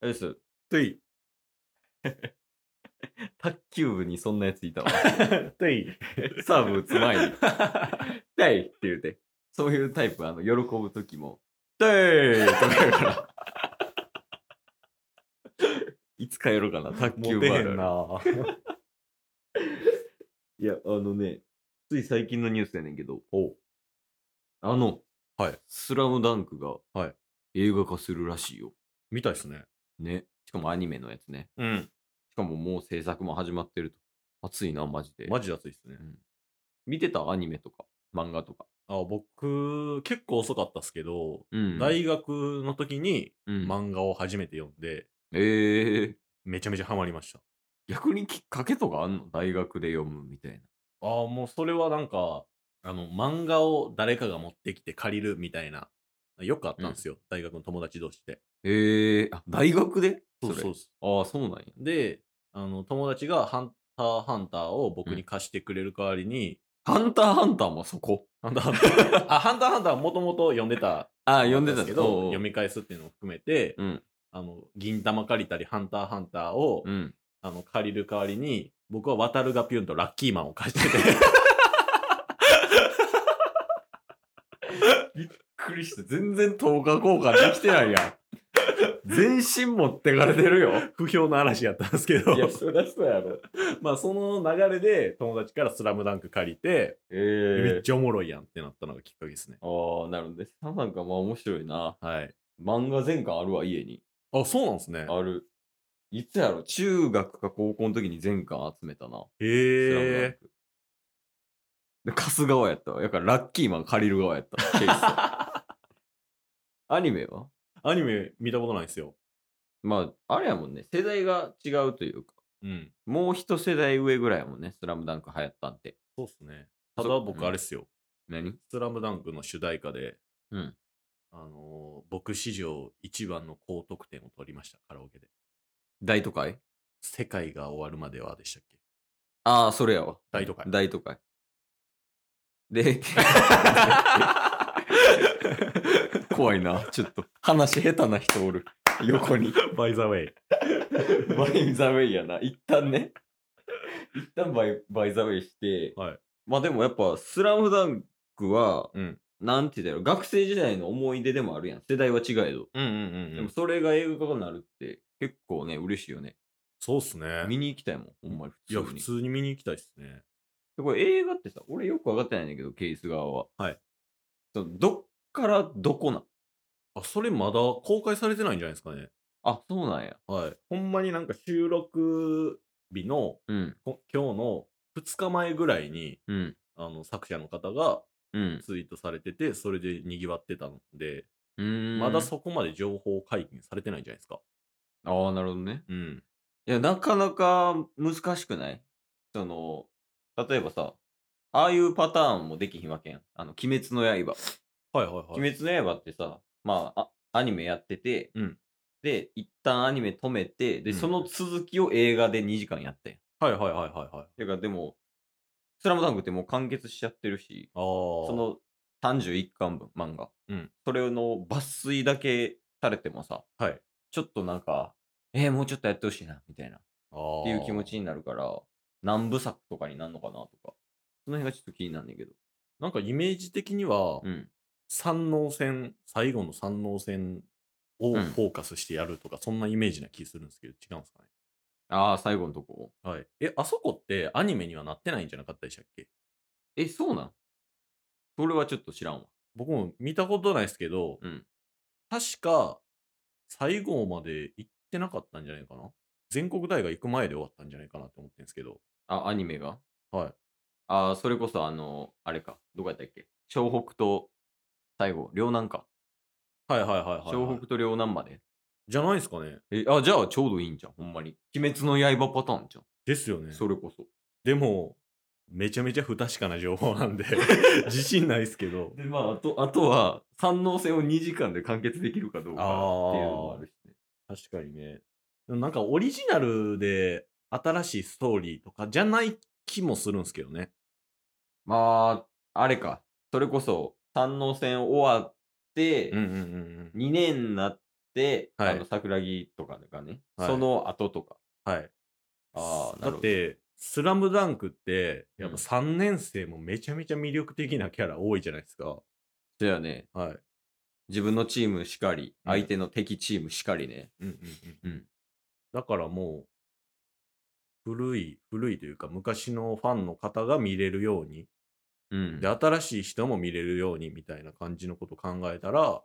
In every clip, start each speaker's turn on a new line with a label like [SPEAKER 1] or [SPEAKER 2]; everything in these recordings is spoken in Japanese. [SPEAKER 1] あれですよ
[SPEAKER 2] とい。
[SPEAKER 1] 卓球部にそんなやつい たわ。
[SPEAKER 2] とい。
[SPEAKER 1] サーブ打つ前に。痛いって言うて。そういうタイプ、あの、喜ぶ時も、痛いとか言うから。 いつかやろうかな、卓球
[SPEAKER 2] モ
[SPEAKER 1] 部
[SPEAKER 2] テ
[SPEAKER 1] あ
[SPEAKER 2] へ
[SPEAKER 1] るあ
[SPEAKER 2] ん
[SPEAKER 1] る
[SPEAKER 2] ない
[SPEAKER 1] や、あのね、つい最近のニュースやねんけど、あの、
[SPEAKER 2] はい
[SPEAKER 1] スラムダンクが、
[SPEAKER 2] はい
[SPEAKER 1] 映画化するらしいよ。
[SPEAKER 2] みたいですね。
[SPEAKER 1] ね。しかもアニメのやつね。
[SPEAKER 2] うん。
[SPEAKER 1] しかももう制作も始まってると。熱いな、マジで。
[SPEAKER 2] マジで熱いですね
[SPEAKER 1] う。ん見てたアニメとか、漫画とか。
[SPEAKER 2] あ僕、結構遅かったっすけど、
[SPEAKER 1] うん
[SPEAKER 2] 大学の時に
[SPEAKER 1] うん
[SPEAKER 2] 漫画を初めて読んで、
[SPEAKER 1] ええ
[SPEAKER 2] めちゃめちゃハマりました。
[SPEAKER 1] 逆にきっかけとかあんの大学で読むみたいな。
[SPEAKER 2] ああ、もうそれはなんか、あの、漫画を誰かが持ってきて借りるみたいな、よくあったんですよ。大学の友達同士で。
[SPEAKER 1] ええあ、大学で
[SPEAKER 2] そうそう
[SPEAKER 1] そ
[SPEAKER 2] そう。
[SPEAKER 1] れああ、そうなんや。
[SPEAKER 2] で、あの、友達がハンターハンターを僕に貸してくれる代わりに、
[SPEAKER 1] ハンターハンターもそこ。
[SPEAKER 2] ハンターハンター、 あ、ハンターハンターはもともと読んでた。
[SPEAKER 1] ああ、読んでたん
[SPEAKER 2] ん
[SPEAKER 1] だけ
[SPEAKER 2] ですけど、
[SPEAKER 1] ど
[SPEAKER 2] 読。み返すっていうのを含めて、
[SPEAKER 1] うん。
[SPEAKER 2] あの、銀玉借りたり、ハンターハンターを、
[SPEAKER 1] うん。
[SPEAKER 2] あの、借りる代わりに、僕は渡るがピュンとラッキーマンを貸してて。
[SPEAKER 1] くりして、全然等価交換できてないや ん。全身持ってかれてるよ。
[SPEAKER 2] 不評の嵐やったんですけど、
[SPEAKER 1] そりゃそうや ろ。
[SPEAKER 2] まあその流れで友達からスラムダンク借りて、
[SPEAKER 1] え
[SPEAKER 2] めっ
[SPEAKER 1] え
[SPEAKER 2] ちゃおもろいやんってなったのがきっかけですね。
[SPEAKER 1] ああ、なるほどね。サンなんかまあ面白いな。
[SPEAKER 2] はい。
[SPEAKER 1] 漫画全巻あるわ、家に。
[SPEAKER 2] あ、そうなんですね。
[SPEAKER 1] ある。いつやろ中学か高校の時に全巻集めたな。スラムダン
[SPEAKER 2] へえ。
[SPEAKER 1] クで貸す側やったわ。だからラッキーマン借りる側やった。ケースは アニメは
[SPEAKER 2] アニメ見たことないんですよ。
[SPEAKER 1] まあ、あれやもんね。世代が違うというか、
[SPEAKER 2] うん。
[SPEAKER 1] もう一世代上ぐらいやもんね。スラムダンク流行ったんて。
[SPEAKER 2] そうっすね。ただ
[SPEAKER 1] そ
[SPEAKER 2] 僕あれっすよ。
[SPEAKER 1] 何
[SPEAKER 2] スラムダンクの主題歌で、
[SPEAKER 1] うん
[SPEAKER 2] あのー僕史上一番の高得点を取りました、カラオケで。
[SPEAKER 1] 大都会
[SPEAKER 2] 世界が終わるまではでしたっけ
[SPEAKER 1] ああ、それやわ。
[SPEAKER 2] 大都会
[SPEAKER 1] 大都会。 で、怖いな。ちょっと、話下手な人おる。横に。
[SPEAKER 2] バイザウェ イ。
[SPEAKER 1] バイザウェイやな。一旦ね。一旦バイバイザウェイして。
[SPEAKER 2] はい
[SPEAKER 1] まあでもやっぱ、スラムダンクは、
[SPEAKER 2] うん。
[SPEAKER 1] なんて言うんだろう、学生時代の思い出でもあるやん。世代は違えど。
[SPEAKER 2] うんうんうん、
[SPEAKER 1] でもそれが映画化になるって、結構ね、嬉しいよね。
[SPEAKER 2] そうっすね。
[SPEAKER 1] 見に行きたいもん、ほんまに普通
[SPEAKER 2] い
[SPEAKER 1] に。
[SPEAKER 2] や、普通に見に行きたいっすね。
[SPEAKER 1] でこれ映画ってさ、俺よく分かってないんだけど、ケース側は。
[SPEAKER 2] はい
[SPEAKER 1] その。どっからどこなん
[SPEAKER 2] あ、それまだ公開されてないんじゃないですかね。
[SPEAKER 1] あ、そうなんや。
[SPEAKER 2] はい。ほんまになんか収録日の
[SPEAKER 1] うん、
[SPEAKER 2] こ今日の2日前ぐらいに、
[SPEAKER 1] うん、
[SPEAKER 2] あの、作者の方が
[SPEAKER 1] うん。
[SPEAKER 2] ツイートされてて、それで賑わってたので、
[SPEAKER 1] うーん
[SPEAKER 2] まだそこまで情報解禁されてないんじゃないですか。
[SPEAKER 1] ああ、なるほどね。
[SPEAKER 2] うん。
[SPEAKER 1] いや、なかなか難しくないその、例えばさ、ああいうパターンもできひんわけやん。あの、鬼滅の刃。
[SPEAKER 2] はいはいはい。
[SPEAKER 1] 鬼滅の刃ってさ、まあ、あアニメやってて、
[SPEAKER 2] うん
[SPEAKER 1] で、一旦アニメ止めて、で、
[SPEAKER 2] うん
[SPEAKER 1] その続きを映画で2時間やったやん。
[SPEAKER 2] はいはいはいはいはい。
[SPEAKER 1] てか、でも、スラムダンクってもう完結しちゃってるし、
[SPEAKER 2] ああ。そ
[SPEAKER 1] そ、の31巻分、漫画。
[SPEAKER 2] うん
[SPEAKER 1] それの抜粋だけされてもさ、
[SPEAKER 2] はい。
[SPEAKER 1] ちょっとなんか、えー、もうちょっとやってほしいな、みたいな。
[SPEAKER 2] ああ。
[SPEAKER 1] っていう気持ち。になるから、何部作とかになるのかなとか、その辺がちょっと気になんねんけど。
[SPEAKER 2] なんかイメージ的には、
[SPEAKER 1] うん。
[SPEAKER 2] 三能戦、最後の三能戦を
[SPEAKER 1] う
[SPEAKER 2] フ
[SPEAKER 1] ん
[SPEAKER 2] ォーカスしてやるとか、そんなイメージな気するんですけど、違うんですかね。
[SPEAKER 1] ああ、最後のとこ。
[SPEAKER 2] はい。え、あそこってアニメにはなってないんじゃなかったでしたっけ
[SPEAKER 1] え、そうなんそれはちょっと知らんわ。
[SPEAKER 2] 僕も見たことないですけど、
[SPEAKER 1] うん
[SPEAKER 2] 確か最後まで行ってなかったんじゃないかな全国大会行く前で終わったんじゃないかなって思ってるんですけど。
[SPEAKER 1] あ、アニメが
[SPEAKER 2] はい。
[SPEAKER 1] ああ、それこそあの、あれか。どこやったっけ湘北と、最後、両南か。
[SPEAKER 2] はいはいはいはい、はい。
[SPEAKER 1] 湘北と両南まで。
[SPEAKER 2] じゃないですかね。
[SPEAKER 1] え、あ、じゃあちょうどいいんじゃん、ほんまに。鬼滅の刃パターンじゃん。
[SPEAKER 2] ですよね。
[SPEAKER 1] それこそ。
[SPEAKER 2] でも、めちゃめちゃ不確かな情報 なんで、自信ないですけど。
[SPEAKER 1] で、まあ、あと、あとは、三能戦を2時間で完結できるかどうかっていうのもあるしね。
[SPEAKER 2] 確かにね。でもなんかオリジナルで新しいストーリーとかじゃない気もするんですけどね。
[SPEAKER 1] まあ、あれか。それこそ、三能戦終わって、
[SPEAKER 2] うんうんうんうん。
[SPEAKER 1] 2年なっって、
[SPEAKER 2] は
[SPEAKER 1] あ
[SPEAKER 2] い
[SPEAKER 1] の桜木とかがね、
[SPEAKER 2] はい
[SPEAKER 1] その後とか。
[SPEAKER 2] はい。
[SPEAKER 1] ああ、な
[SPEAKER 2] だ
[SPEAKER 1] るほ
[SPEAKER 2] っ
[SPEAKER 1] ど。
[SPEAKER 2] て、スラムダンクって、やっ
[SPEAKER 1] うん
[SPEAKER 2] ぱ3年生もめちゃめちゃ魅力的なキャラ多いじゃないですか。
[SPEAKER 1] そうやね。
[SPEAKER 2] はい。
[SPEAKER 1] 自分のチームしかり、
[SPEAKER 2] うん
[SPEAKER 1] 相手の敵チームしかりね。
[SPEAKER 2] うんうん
[SPEAKER 1] うん
[SPEAKER 2] だからもう、古い、古いというか、昔のファンの方が見れるように、
[SPEAKER 1] うん
[SPEAKER 2] で、新しい人も見れるようにみたいな感じのことを考えたら、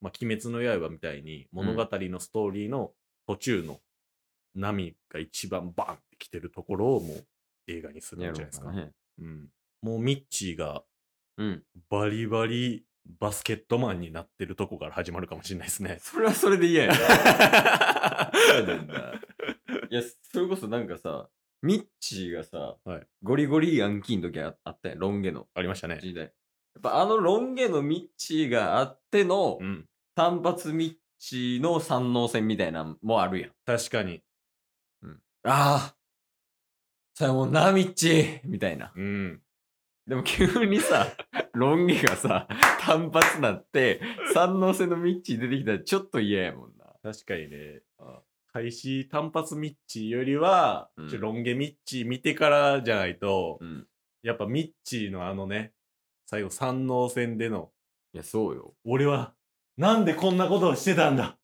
[SPEAKER 2] まあ、鬼滅の刃みたいに物語のストーリーの途中の波が一番バンって来てるところをもう映画にするんじゃないですか。
[SPEAKER 1] やろうね。
[SPEAKER 2] うん、もうミッチーが
[SPEAKER 1] うん。
[SPEAKER 2] バリバリバスケットマンになってるとこから始まるかもしれないですね。
[SPEAKER 1] それはそれで嫌やな。 そうやねんな いや、それこそなんかさ、ミッチーがさ、
[SPEAKER 2] はい
[SPEAKER 1] ゴリゴリヤンキーの時ああったやん、ロン毛の
[SPEAKER 2] ありましたね。
[SPEAKER 1] 時代。やっぱあのロン毛のミッチーがあっての、
[SPEAKER 2] うん、
[SPEAKER 1] 単発ミッチーの三能戦みたいなんもあるやん。
[SPEAKER 2] 確かに。
[SPEAKER 1] ああ、さようなら、ミッチーみたいな。
[SPEAKER 2] うん。
[SPEAKER 1] でも急にさ、 ロン毛がさ、単発なって、三能戦のミッチー出てきたらちょっと嫌やもんな。
[SPEAKER 2] 確かにね
[SPEAKER 1] あ。
[SPEAKER 2] 開始単発ミッチーよりは、
[SPEAKER 1] うん
[SPEAKER 2] ちょロン毛ミッチー見てからじゃないと、
[SPEAKER 1] うん。
[SPEAKER 2] やっぱミッチーのあのね、最後三能戦での、
[SPEAKER 1] いや、そうよ。
[SPEAKER 2] 俺はなんでこんなことをしてたんだ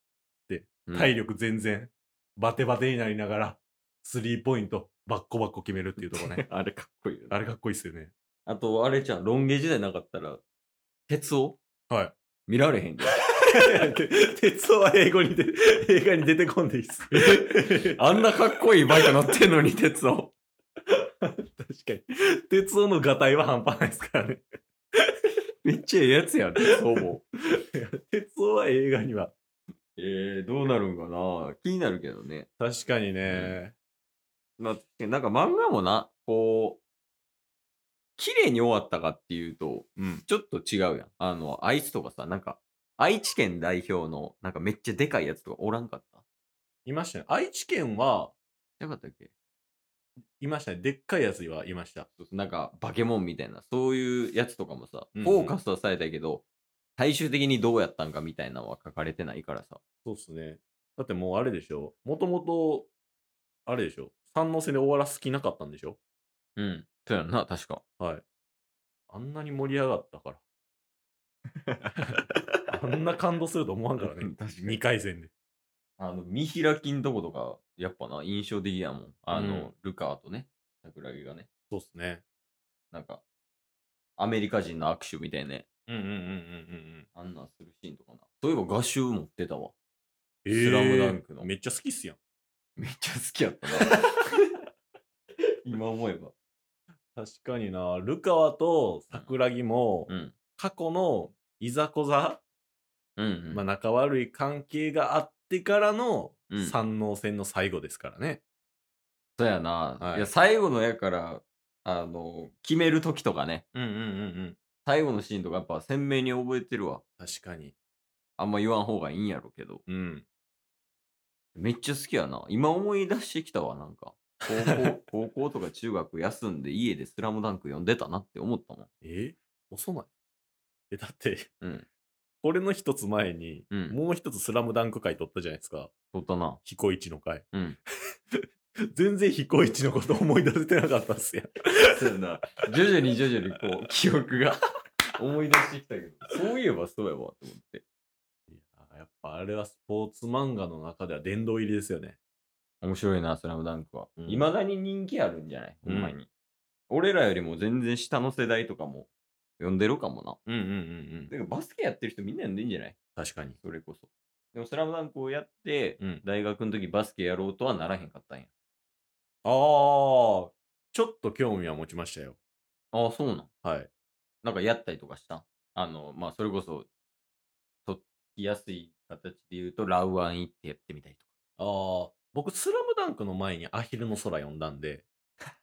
[SPEAKER 1] うん。
[SPEAKER 2] 体力全然、バテバテになりながら、スリーポイント、バッコバッコ決めるっていうとこ ね
[SPEAKER 1] あれかっこいいよね
[SPEAKER 2] あれかっこいいっすよね。
[SPEAKER 1] あと、あれじゃん、ロン毛時代なかったら、鉄を
[SPEAKER 2] はい。
[SPEAKER 1] 見られへんで。
[SPEAKER 2] 鉄は英語にで映画に出てこんでいいっ す。確
[SPEAKER 1] あんなかっこいいバイク乗ってんのに、鉄 を。
[SPEAKER 2] かに。鉄夫のがたいは半端ないですからね。
[SPEAKER 1] めっちゃええやつやん、鉄をも。
[SPEAKER 2] 鉄夫は映画には。
[SPEAKER 1] えー、どうなるんかな気になるけどね。
[SPEAKER 2] 確か
[SPEAKER 1] ね
[SPEAKER 2] にね。
[SPEAKER 1] まあ、なんか漫画もな、こう、綺麗に終わったかっていうと、
[SPEAKER 2] うん。
[SPEAKER 1] ちょっと違うやん。あの、あいつとかさ、なんか、愛知県代表の、なんかめっちゃでかいやつとかおらんかった
[SPEAKER 2] いましたね。愛知県は、
[SPEAKER 1] なかったっけ
[SPEAKER 2] いましたね。でっかいやつはいました。
[SPEAKER 1] そうそうなんか、バケモンみたいな、そういうやつとかもさ、
[SPEAKER 2] うんうん
[SPEAKER 1] フォーカスはされたけど、最終的にどうやったんかみたいなのは書かれてないからさ。
[SPEAKER 2] そうっすね。だってもうあれでしょ。もともと、あれでしょ。三能戦で終わらす気なかったんでしょ。
[SPEAKER 1] うん。そうやんな、確か。
[SPEAKER 2] はい。あんなに盛り上がったから。 あんな感動すると思わん からね
[SPEAKER 1] うん確か。に
[SPEAKER 2] 2回戦で。
[SPEAKER 1] あの、見開きんとことか、やっぱな、印象的やもん。あの、
[SPEAKER 2] うん
[SPEAKER 1] ルカーとね、桜木がね、
[SPEAKER 2] そうっすね。
[SPEAKER 1] なんか、アメリカ人の握手みたいなね、
[SPEAKER 2] うんうんうんうんうん。
[SPEAKER 1] あんなんするシーンとかな。そういえば画集持ってたわ。
[SPEAKER 2] え
[SPEAKER 1] スラムダンクの
[SPEAKER 2] めっちゃ好きっすやん。
[SPEAKER 1] めっちゃ好きやった な。今思えば。
[SPEAKER 2] 確かにな。ルカワと桜木も、
[SPEAKER 1] うん。
[SPEAKER 2] 過去のいざこざ、
[SPEAKER 1] うん、うん。
[SPEAKER 2] まあ、仲悪い関係があってからの
[SPEAKER 1] うん
[SPEAKER 2] 三能戦の最後ですからね。
[SPEAKER 1] そうやな。
[SPEAKER 2] はい
[SPEAKER 1] いや、最後のやから、あの、決めるときとかね、
[SPEAKER 2] うんうんうんうん。
[SPEAKER 1] 最後のシーンとかやっぱ鮮明に覚えてるわ。
[SPEAKER 2] 確かに。
[SPEAKER 1] あんま言わん方がいいんやろうけど。
[SPEAKER 2] うん。
[SPEAKER 1] めっちゃ好きやな。今思い出してきたわ、なんか。高 校高校とか中学休んで家でスラムダンク読んでたなって思ったもん。
[SPEAKER 2] え遅ないえ、だって、
[SPEAKER 1] うん。
[SPEAKER 2] これの一つ前に、
[SPEAKER 1] うん
[SPEAKER 2] もう一つスラムダンク会取ったじゃないですか。
[SPEAKER 1] 取ったな。
[SPEAKER 2] 彦一の会。
[SPEAKER 1] うん。
[SPEAKER 2] 全然彦一のこと思い出せてなかったっすやん。
[SPEAKER 1] そうやな。徐々に徐々にこう、記憶が 思い出してきたけど、そういえばそうやわって思って。
[SPEAKER 2] いややっぱあれはスポーツ漫画の中では殿堂入りですよね。
[SPEAKER 1] 面白いな、スラムダンクは。
[SPEAKER 2] うん
[SPEAKER 1] い、ま、だに人気あるんじゃないほんまに、俺らよりも全然下の世代とかも呼んでるかも
[SPEAKER 2] うんうんうんうん
[SPEAKER 1] な。。だからバスケやってる人みんな呼んでんじゃない
[SPEAKER 2] 確かに。
[SPEAKER 1] それこそ。でも、スラムダンクをやって、
[SPEAKER 2] うん。
[SPEAKER 1] 大学の時バスケやろうとはならへんかったんや。
[SPEAKER 2] ああ、ちょっと興味は持ちましたよ。
[SPEAKER 1] ああ、そうなん。
[SPEAKER 2] はい。
[SPEAKER 1] なんかやったりとかしたんあの、まあ、それこそ、とっきやすい形で言うと、ラウアン行ってやってみたり
[SPEAKER 2] ああ、僕、スラムダンクの前にアヒルの空読んだんで、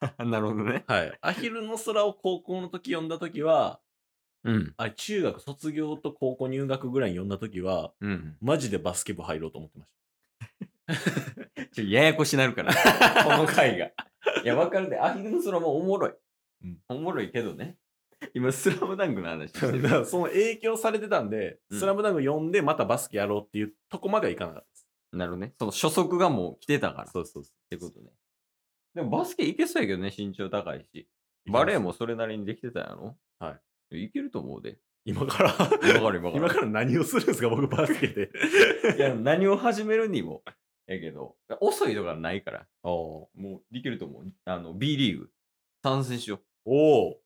[SPEAKER 1] とか。 なるほどね。
[SPEAKER 2] はい。アヒルの空を高校の時読んだ時は、
[SPEAKER 1] うん。
[SPEAKER 2] あれ中学卒業と高校入学ぐらいに読んだ時は、
[SPEAKER 1] うん。
[SPEAKER 2] マジでバスケ部入ろうと思ってまし
[SPEAKER 1] ちょ、ややこしなる から、 この回が。いや、わかるで、アヒルの空もおもろい。
[SPEAKER 2] うん
[SPEAKER 1] おもろいけどね。 今、スラムダンクの話して
[SPEAKER 2] だから
[SPEAKER 1] る。
[SPEAKER 2] その影響されてたんで、
[SPEAKER 1] うん
[SPEAKER 2] スラムダンク読んでまたバスケやろうっていうとこまではいかなかったです。
[SPEAKER 1] なるほどね。その初速がもう来てたから。っ
[SPEAKER 2] そうそうそ
[SPEAKER 1] てことね。でもバスケいけそうやけどね、身長高いし。バレーもそれなりにできてたやろ。
[SPEAKER 2] はい
[SPEAKER 1] いけると思うで。
[SPEAKER 2] 今から
[SPEAKER 1] 今から今から。
[SPEAKER 2] 今から何をするんですか僕バスケで。
[SPEAKER 1] いや、何を始めるにも。やけど、遅いとかないから。
[SPEAKER 2] お
[SPEAKER 1] もう、できると思う。あの、B リーグ。参戦しよう。
[SPEAKER 2] おー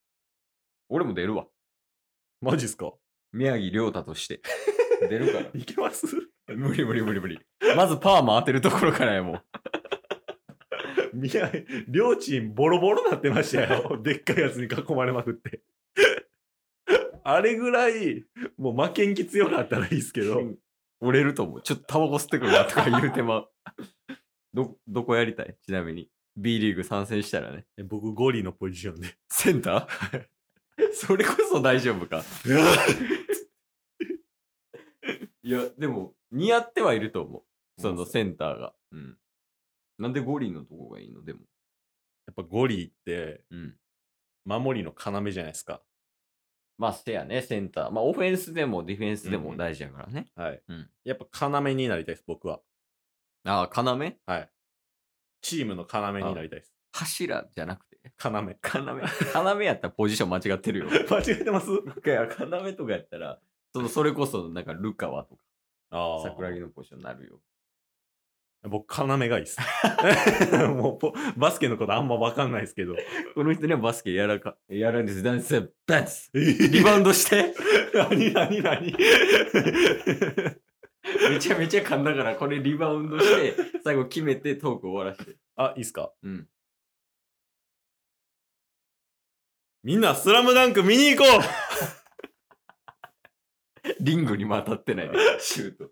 [SPEAKER 1] 俺も出るわ。
[SPEAKER 2] マジっすか
[SPEAKER 1] 宮城亮太として。出るから。
[SPEAKER 2] いけます
[SPEAKER 1] 無理無理無理無理。まずパーマ当てるところからやもう。
[SPEAKER 2] 宮城両チームボロボロなってました よ。でっかいやつに囲まれまくって。あれぐらい、もう負けん気強なったらいいですけど、
[SPEAKER 1] 折れると思う。ちょっとタバコ吸ってくるわとか言うてまう。 ど、どこやりたいちなみに。B リーグ参戦したらね。
[SPEAKER 2] 僕ゴリのポジション で。
[SPEAKER 1] センター それこそ大丈夫か。いや、でも、似合ってはいると思う。そのセンターが。うん。なんでゴリのとこがいいのでも。
[SPEAKER 2] やっぱゴリって
[SPEAKER 1] うん。
[SPEAKER 2] 守りの要じゃないですか。
[SPEAKER 1] まあ、せやね、センター。まあ、オフェンスでもディフェンスで
[SPEAKER 2] う
[SPEAKER 1] も
[SPEAKER 2] ん
[SPEAKER 1] 大事やからね。
[SPEAKER 2] はい。
[SPEAKER 1] うん
[SPEAKER 2] やっぱ要になりたいです、僕は。
[SPEAKER 1] ああ、要
[SPEAKER 2] はい。チームの要になりたいです。
[SPEAKER 1] 柱じゃなくて。
[SPEAKER 2] 要。
[SPEAKER 1] 要。要やったらポジション間違ってる よ。
[SPEAKER 2] 間違えてます
[SPEAKER 1] いや、要とかやったら、そのそれこそ、なんか、ルカワとか、
[SPEAKER 2] ああ。
[SPEAKER 1] 桜木のポジションになるよ。
[SPEAKER 2] 僕、要がい いっす。 もうポ、バスケのことあんま分かんないですけど。
[SPEAKER 1] この人にはバスケやらか、やらんです。ダンス、ダンス リ
[SPEAKER 2] リ
[SPEAKER 1] バウンドして
[SPEAKER 2] バ何何何
[SPEAKER 1] めちゃめちゃ噛んだから、これリバウンドして、最後決めてトーク終わらして。
[SPEAKER 2] あ、いいっすか
[SPEAKER 1] うん。
[SPEAKER 2] みんな、スラムダンク見に行こう
[SPEAKER 1] リングにも当たってないで、シュート。